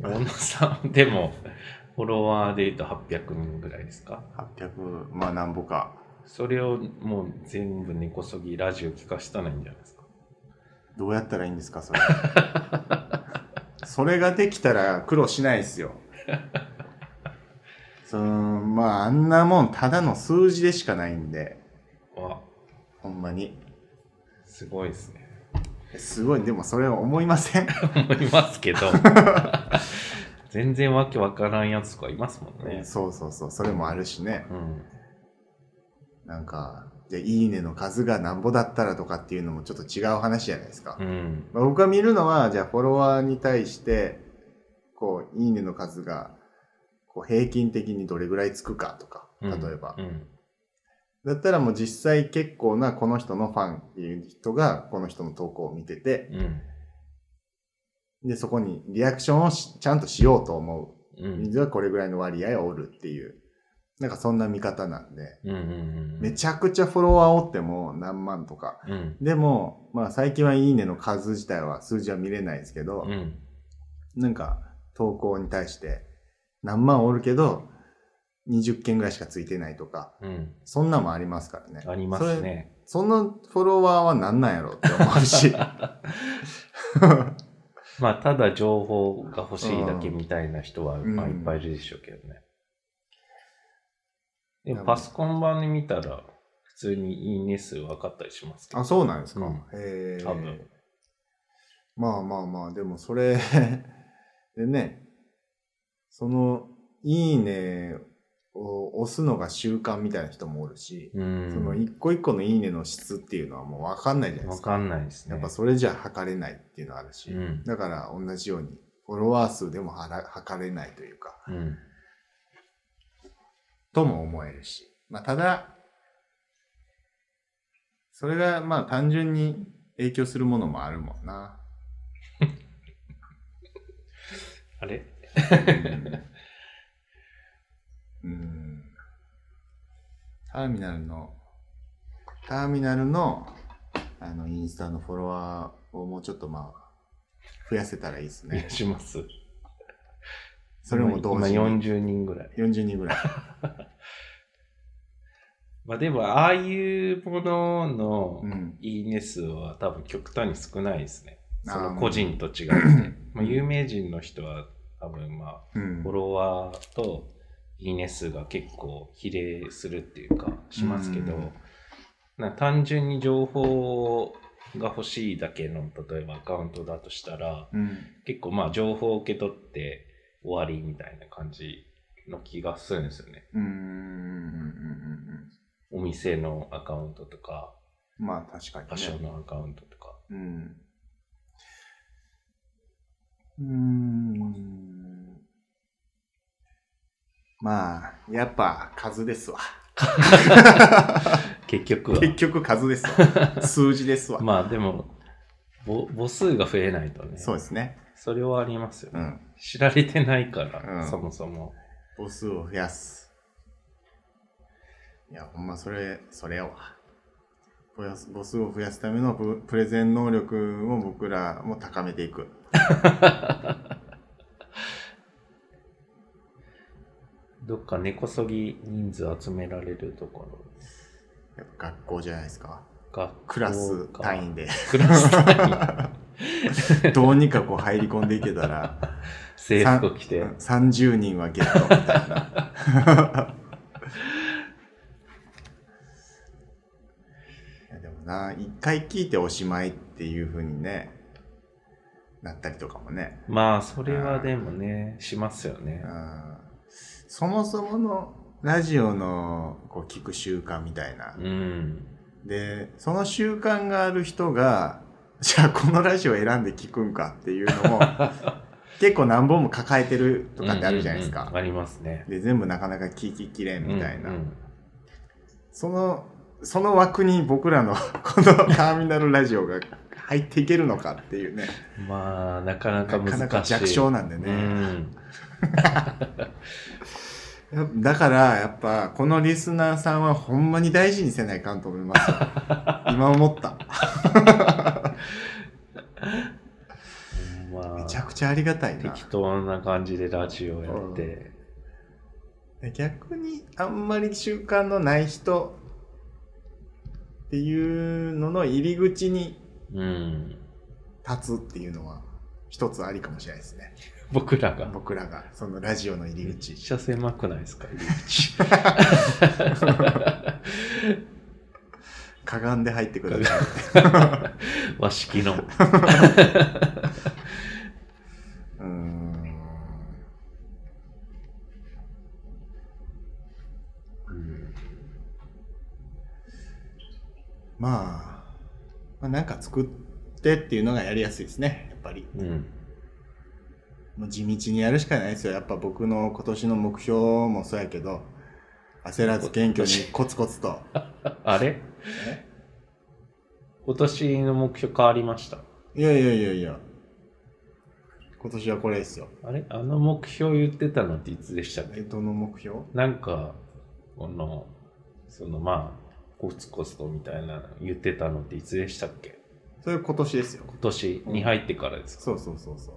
S2: 小野さん、でも、フォロワーで言うと800人ぐらいですか
S1: 800まあなんぼか
S2: それをもう全部根こそぎラジオ聞かしたらいいんじゃないですか。
S1: どうやったらいいんですかそれそれができたら苦労しないですよそのまああんなもんただの数字でしかないんで
S2: わ、
S1: ほんまに
S2: すごいですね。
S1: すごいでもそれは思いません
S2: 思いま すけど全然わけわからんやつとかいますもんね。
S1: そうそうそうそれもあるしね
S2: うん、
S1: なんかじゃあいいねの数がなんぼだったらとかっていうのもちょっと違う話じゃないですか、
S2: うん、
S1: まあ、僕が見るのはじゃあフォロワーに対してこう「いいね」の数がこう平均的にどれぐらいつくかとか
S2: う
S1: 例
S2: ん
S1: えば、
S2: うん、
S1: だったらもう実際結構なこの人のファンっていう人がこの人の投稿を見てて
S2: うん、
S1: でそこにリアクションをしちゃんとしようと思
S2: う、
S1: うん人はこれぐらいの割合おるっていうなんかそんな見方なんで
S2: うん、うん、
S1: めちゃくちゃフォロワーおっても何万とか
S2: うん、
S1: でもまあ最近は「いいね」の数自体は数字は見れないですけど、
S2: うん、
S1: なんか投稿に対して何万おるけど20件ぐらいしかついてないとか
S2: うん、
S1: そんなんもありますからね
S2: ありますね。
S1: それそのフォロワーは何なんやろって思う し
S2: まあ、ただ情報が欲しいだけみたいな人は、
S1: うん
S2: まあ、いっぱいいるでしょうけどね。で
S1: う
S2: も、
S1: ん
S2: パソコン版で見たら、普通にいいね数分かったりしますけど。
S1: あそうなんですか、
S2: うん
S1: へえ
S2: 多分
S1: まあまあまあでもそれ でねその「いいね」を押すのが習慣みたいな人もおるし、
S2: うん。
S1: その一個一個の「いいね」の質っていうのはもう分かんないじゃないで
S2: わ
S1: すか
S2: かんないですね。
S1: やっぱそれじゃ測れないっていうのはあるし、
S2: うん、
S1: だから同じようにフォロワー数でもはら測れないというか、
S2: うん。
S1: とも思えるし。まあ、ただ、それがまあ単純に影響するものもあるもん な。
S2: あれ
S1: うん。うんターミナルの、ターミナルの、あの、インスタのフォロワーをもうちょっとまあ、増やせたらいいです
S2: お願
S1: ね
S2: い。します。
S1: それも同時
S2: 今
S1: に。
S2: 40人ぐらい。
S1: 40人ぐらい。
S2: まあでも、ああいうものの
S1: うん。
S2: いいね数は多分極端に少ないですね。
S1: あー
S2: その個人と違って。 まあ有名人の人は多分まあ、
S1: うん
S2: フォロワーといいね数が結構比例するっていうか、しますけど、
S1: うん
S2: なんか単純に情報が欲しいだけの、例えばアカウントだとしたら、
S1: うん
S2: 結構まあ情報を受け取って終わりみたいな感じの気がするんですよね。
S1: うーんうんうん
S2: お店のアカウントとか、
S1: うんまあ確かに
S2: 場所
S1: ね。
S2: のアカウントとか。
S1: うん。うーん。まあ、やっぱ数ですわ。
S2: 結局は。
S1: 結局数ですわ。数字ですわ。
S2: まあでも、ぼ母数が増えないとね。
S1: そうですね。
S2: それはありますよ
S1: う
S2: ね。
S1: ん。
S2: 知られてないから、
S1: うん
S2: そもそも。
S1: 母数を増やす。いや、ほんまそれ、それやわ。増やす母数を増やすためのププレゼン能力を僕らも高めていく。
S2: どっか根こそぎ人数集められるところ。
S1: やっぱ学校じゃないですか。
S2: 学校か
S1: クラス単。位で
S2: クラス 単位。
S1: どうにかこう入り込んでいけた ら
S2: 制服を着て。
S1: 30人はゲットみたいな いやでもな一回聞いておしまいっていうふうにねなったりとかもね
S2: まあ、それはでもね、しますよね
S1: う。んそもそものラジオのこう聞く習慣みたいな
S2: うん。
S1: でその習慣 がある人がじゃあこのラジオ選んで聞くんかっていうのも結構何本も抱えてるとかってあるじゃないですか。
S2: うんうんうんありますね。
S1: で、全部なかなか聞ききれんみたいな。
S2: うんうん
S1: その、その枠に僕らの このターミナルラジオが入っていけるのかっていうね。
S2: まあ、なかな
S1: な
S2: か
S1: か
S2: 難しい。
S1: なか弱小なんで
S2: う
S1: ね。
S2: ん。
S1: だから、やっぱ、このリスナーさんはほんまに大事にせないかんと思い ます。今思った。
S2: ま
S1: めちゃ
S2: あ、
S1: くちゃありがたいな
S2: 適。当な感じでラジオやって。
S1: 逆にあんまり習慣のない人っていうのの入り口に
S2: うん。
S1: 立つっていうのは一つありかもしれないですね
S2: 僕らが。
S1: 僕らがそのラジオの入
S2: め
S1: り
S2: っ
S1: 口
S2: ちゃ狭くないです か入り口
S1: かがんで入ってください
S2: 和式の。
S1: うーん
S2: うん
S1: まあ、まあなんか作ってっていうのがやりやすいですねやっぱり
S2: うん。
S1: もう地道にやるしかないですよやっぱ僕の今年の目標もそうやけど焦らず謙虚 にコツコツと
S2: あれ
S1: え
S2: 今年の目標変わりました。
S1: いやいやいやいや。今年はこれですよ。
S2: あれあの目標言ってたのっていつでしたっけ
S1: え、どの目標
S2: なんか、この、そのまあ、コツコツとみたいなの言ってたのっていつでしたっけ
S1: それ今年ですよ。
S2: 今年に入ってからですか、
S1: そうそうそうそう。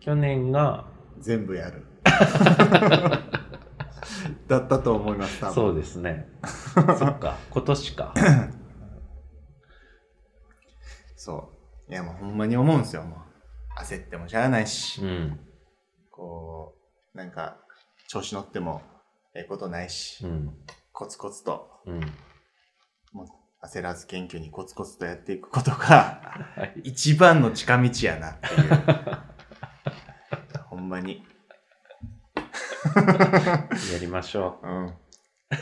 S2: 去年が、
S1: 全部やる。 だったと思います、多分。
S2: そうです ね。そっか、今年か。
S1: そう。いや、もうほんまに思うんですよ、もう。焦ってもしゃあないし、
S2: うん。
S1: こう、なんか、調子乗ってもええことないし、
S2: うん。
S1: コツコツと、
S2: うん。
S1: もう焦らず謙虚にコツコツとやっていくことが、
S2: はい。
S1: 一番の近道やなっていう。 ほんまに。
S2: やりましょ
S1: うん。ぜ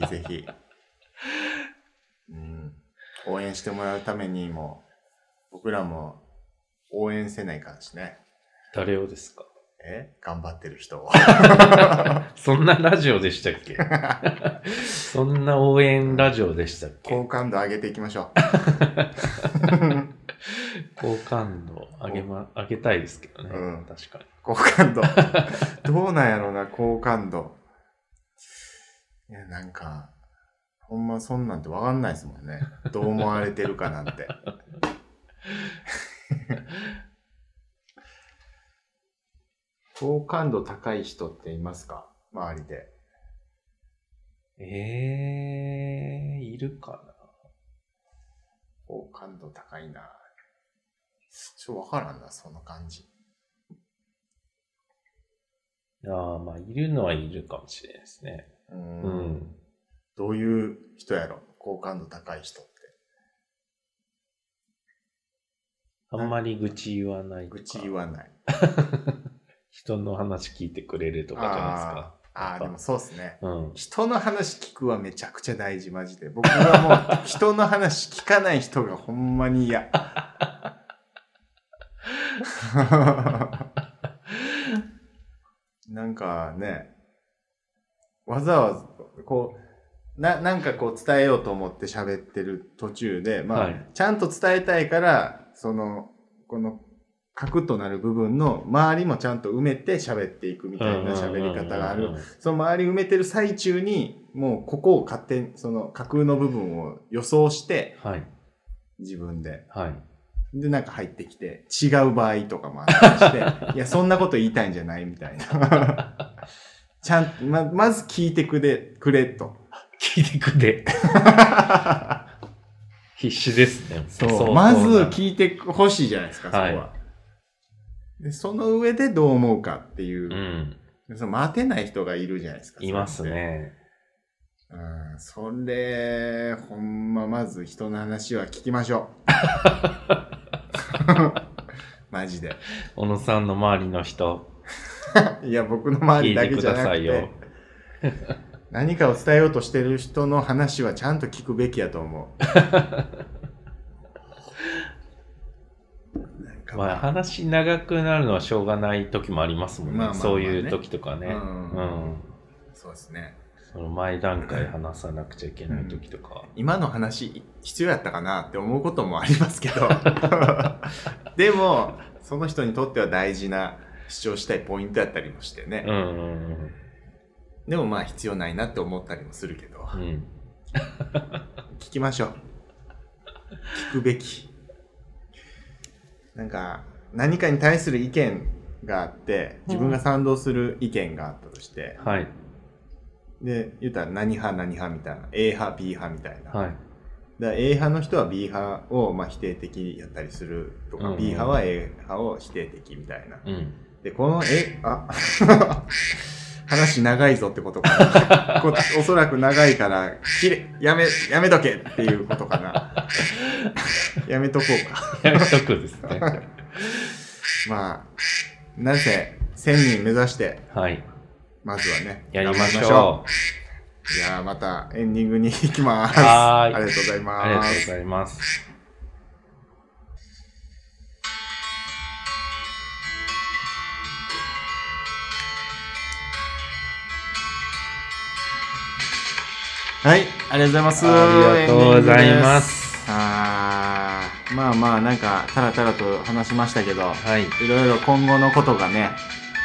S1: ひぜひ。うん。応援してもらうためにも、僕らも応援せないからしね。
S2: う。誰をですか
S1: え頑張ってる 人を。
S2: そんなラジオでしたっ けそんな応援ラジオでしたっけ
S1: 好感度上げていきましょう。
S2: 好感度上げま、上げたいですけどね。
S1: うん
S2: 確かに。
S1: 好感度。どうなんやろうな、好感度。いや、なんか、ほんまそんなんてわかんないですもんね。どう思われてるかなんて。好感度高い人っていますか周りで。
S2: ええー、いるか
S1: 好感度高いな。ちょっとわからんな、その感じ。
S2: なああ、まあ、いるのはいるかもしれないですね。
S1: う。
S2: うんん。
S1: どういう人やろ好感度高い人って。
S2: あんまり愚痴言わないとか。
S1: 愚痴言わない。
S2: 人の話聞いてくれるとかじゃ
S1: あーあー、でもそうっすね。
S2: ないですか。
S1: 人の話聞くはめちゃくちゃ大事、マジで。僕はも う、人の話聞かない人がほんまに嫌。なんかね、わざわざ、こう、な、なんかこう伝えようと思って喋ってる途中で、
S2: うん。
S1: まあ、
S2: はい。
S1: ちゃんと伝えたいから、その、この、核となる部分の周りもちゃんと埋めて喋っていくみたいな喋り方があ
S2: うん
S1: る
S2: うんうんうん。
S1: その周り埋めてる最中に、もうここを勝手に、その架空の部分を予想して、
S2: はい。
S1: 自分で。
S2: はい。
S1: で、なんか入ってきて、違う場合とかもあったりして、いや、そんなこと言いたいんじゃないみたいな。ちゃんと、ま、まず聞いてくれ、くれと。
S2: 聞いて くれ。必死ですね。
S1: そう。まず
S2: そうな
S1: 聞いてほしいじゃないですか、そこは。
S2: は
S1: で、その上でどう思うかっていう
S2: う。ん。
S1: でその待てない人がいるじゃないですか。
S2: います
S1: それって。
S2: ね。
S1: うん、それ、ほんま、まず人の話は聞きましょ う。マジで。
S2: 小野さんの周りの人、
S1: いや、僕の周
S2: 聞
S1: り
S2: い
S1: だ
S2: て
S1: け
S2: く
S1: じゃ
S2: だ
S1: なく
S2: さいよ
S1: て。。何かを伝えようとしてる人の話はちゃんと聞く べきやと思う。なんかから、
S2: まあ、話長くなるのはしょうがない時もありますもんね。
S1: まあまあまあね
S2: そういう時とかね。
S1: うん
S2: うん
S1: そうですね
S2: その前段階話さなくちゃいけない時とか。
S1: 今の話必要やったかなって思うこともありますけ どでもその人にとっては大事な主張したいポイントやったりもしてね
S2: う、んうん
S1: でもまあ必要ないなって思ったりもするけど、
S2: うん。うん。
S1: 聞きましょう聞くべきなんか何かに対する意見があって自分が賛同する意見があったとして、
S2: はい。
S1: で言うたら何派何派みたいな A 派 B 派みたいな、
S2: はい。
S1: だから A 派の人は B 派をまあ否定的やったりするとか、
S2: うん
S1: B 派は A 派を否定的みたいな
S2: うん。
S1: でこの A あ 話長いぞってことか なこおそらく長いからきれやめやめとけっていうことか なやめとこうか
S2: やめとくで すね。
S1: まあなぜ1000人目指して
S2: はい。
S1: まずはね
S2: やりまし
S1: 頑張
S2: ょう。
S1: りましょういやーまたエンディングに行きます
S2: はーい
S1: ありがとうござい
S2: ありが
S1: ま
S2: とう
S1: す
S2: ございます。
S1: はい、ありがとうございます。
S2: ありがとうございま
S1: エン
S2: す
S1: ディングです。あーまあまあ、なんか、たらたらと話しましたけど、
S2: はい。
S1: いろいろ今後のことがね、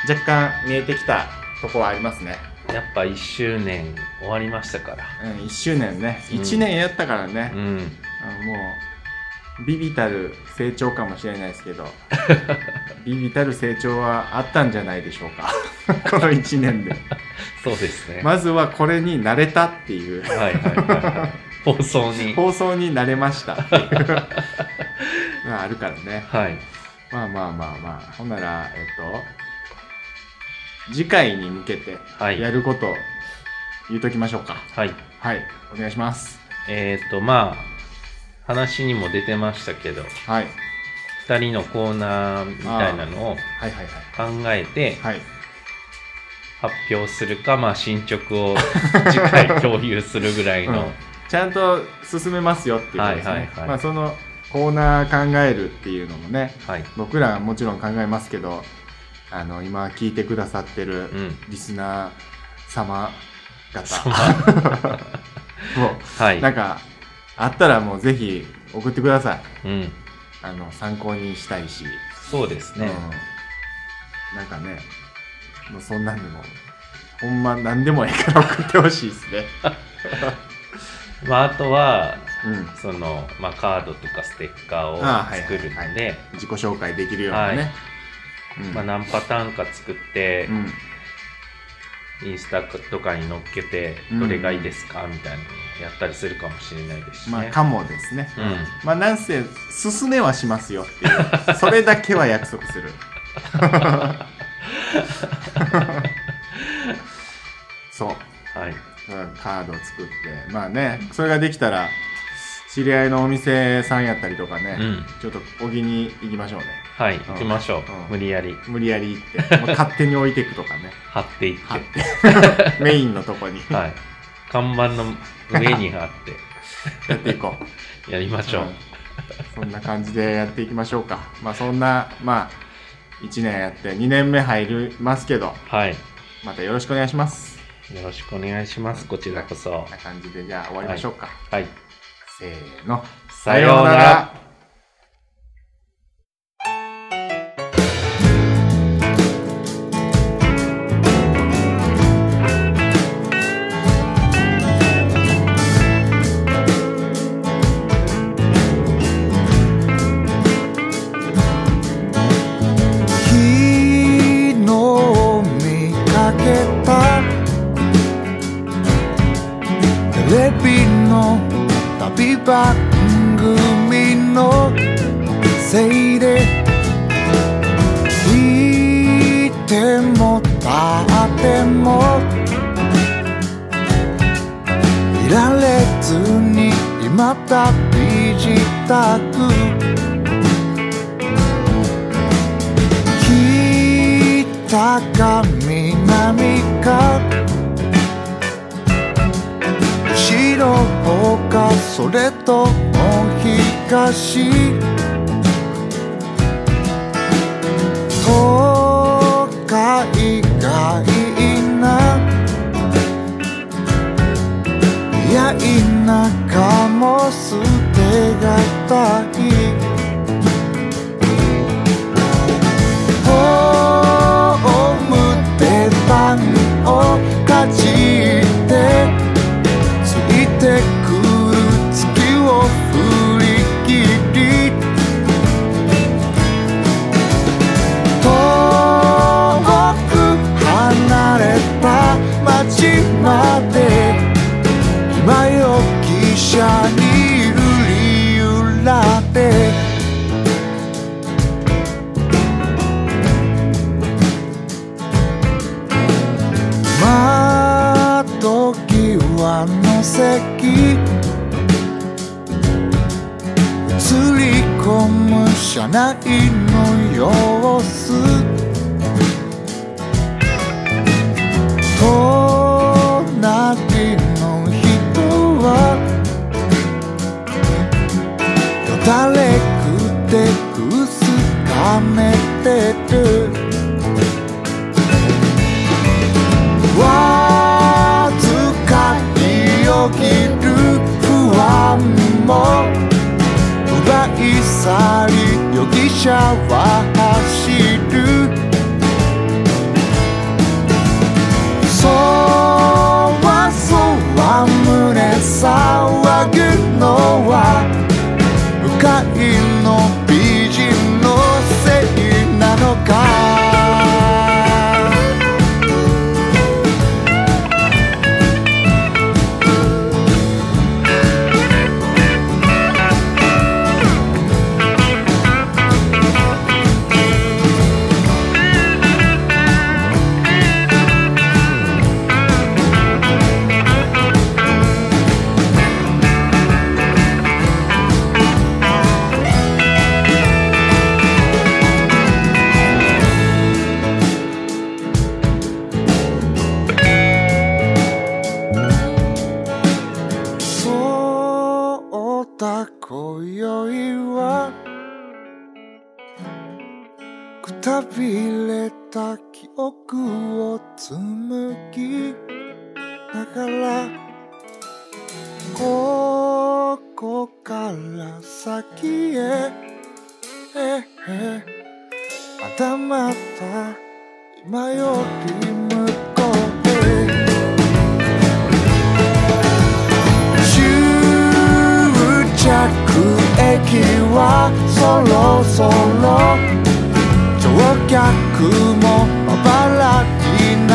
S1: 若干見えてきたとこはありますね。
S2: やっぱ1周年終わりましたから。
S1: うん、1周年ね。
S2: うん
S1: 1年やったから
S2: う
S1: ね、
S2: ん。
S1: あのもう、ビビたる成長かもしれないですけ ど、ビビたる成長はあったんじゃないでしょうか。 この1年で。
S2: そうですね。
S1: まずはこれに慣れたって いう。
S2: はいはいはいはい。放送 に。
S1: 放送に慣れましたっていう まああるからね
S2: はい。
S1: まあまあまあまあほんならえっと次回に向けて
S2: はい。
S1: やること言うときましょうか
S2: はい。
S1: はい、お願いします
S2: えっ、ー、と、まあ、話にも出てましたけど、
S1: はい
S2: 2人のコーナーみたいなのを
S1: はいはい
S2: 考えて
S1: はいはい
S2: 発表するか、まあ、進捗を次回共有するぐらいの、
S1: うんちゃんと進めますよっていうことですね、
S2: はいはいはい
S1: まあそのコーナー考えるっていうのもね
S2: はい。
S1: 僕らはもちろん考えますけどあの今聞いてくださってる
S2: うん。
S1: リスナー様方、
S2: 様
S1: もう
S2: はい。
S1: なんかあったらもうぜひ送ってください
S2: うん。
S1: あの参考にしたいし、
S2: そうですね。
S1: うん、なんかねもうそんなんでもほんま何でもええから送ってほしいですね、
S2: まあ、あとは、
S1: うん、
S2: その、まあ、カードとかステッカー
S1: あ
S2: を
S1: はい
S2: 作る
S1: は
S2: の
S1: い
S2: で、
S1: 自己紹介できるようなね、うん
S2: まあ、何パターンか作って
S1: う、ん
S2: インスタとかに載っけて
S1: うん
S2: どれがいいですかみたいなのをやったりするかもしれないですしね。
S1: まあかもですね、
S2: うん
S1: まあなんせ進めはしますよって いうそれだけは約束するそう
S2: はい、
S1: うんカードを作ってまあねそれができたら知り合いのお店さんやったりとかね、
S2: うん、
S1: ちょっと小木に行きましょうね
S2: はい、行きましょう、
S1: うん
S2: 無理やり
S1: 無理やり行っ て、まあ勝手に置いていくとかね
S2: 貼っていっ、
S1: 貼って メインのとこに
S2: はい、看板の上に貼っ
S1: やっていこう
S2: てやりましょう、
S1: うんそんな感じでやっていきましょうかまあそんなまあ1年やって2年目入りますけど
S2: はい
S1: またよろしくお願いします
S2: よろしくお願いしますこちらこそ
S1: こんな感じでじゃあ終わりましょうか、
S2: はい
S1: せーの
S2: さようなら
S3: 昨日見かけたテレビの旅番組のせいでいてもたってもいられずに今旅自宅北か南か後ろかそれとも東がたいホームでパンをかじってついてくる月を振り切り遠く離れた街まで今よ汽車にいる理由だって窓際の席映り込む車内の様子隣の人はよだれくてくすかめてるわずかによぎる不安も奪い去り容疑者は走るそわそわ胸騒ぐのは向かいの美人のせいなのかそうだ今宵はくたびれた記憶を紡ぎながらここから先へええまたまた今より向こうへ終着駅はそろそろ乗客もまばらにな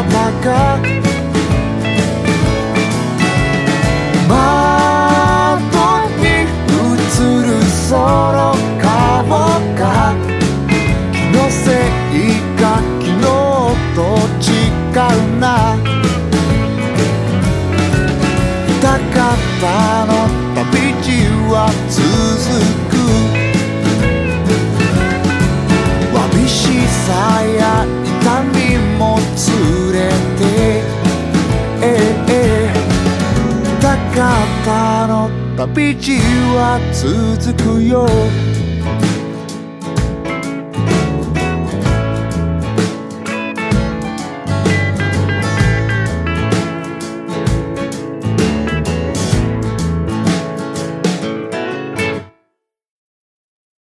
S3: ったか窓に映るその顔が気のせいか昨日と違うな高田の旅路は続くわびしさや痛みも連れて、ええ、高田の旅路は続くよ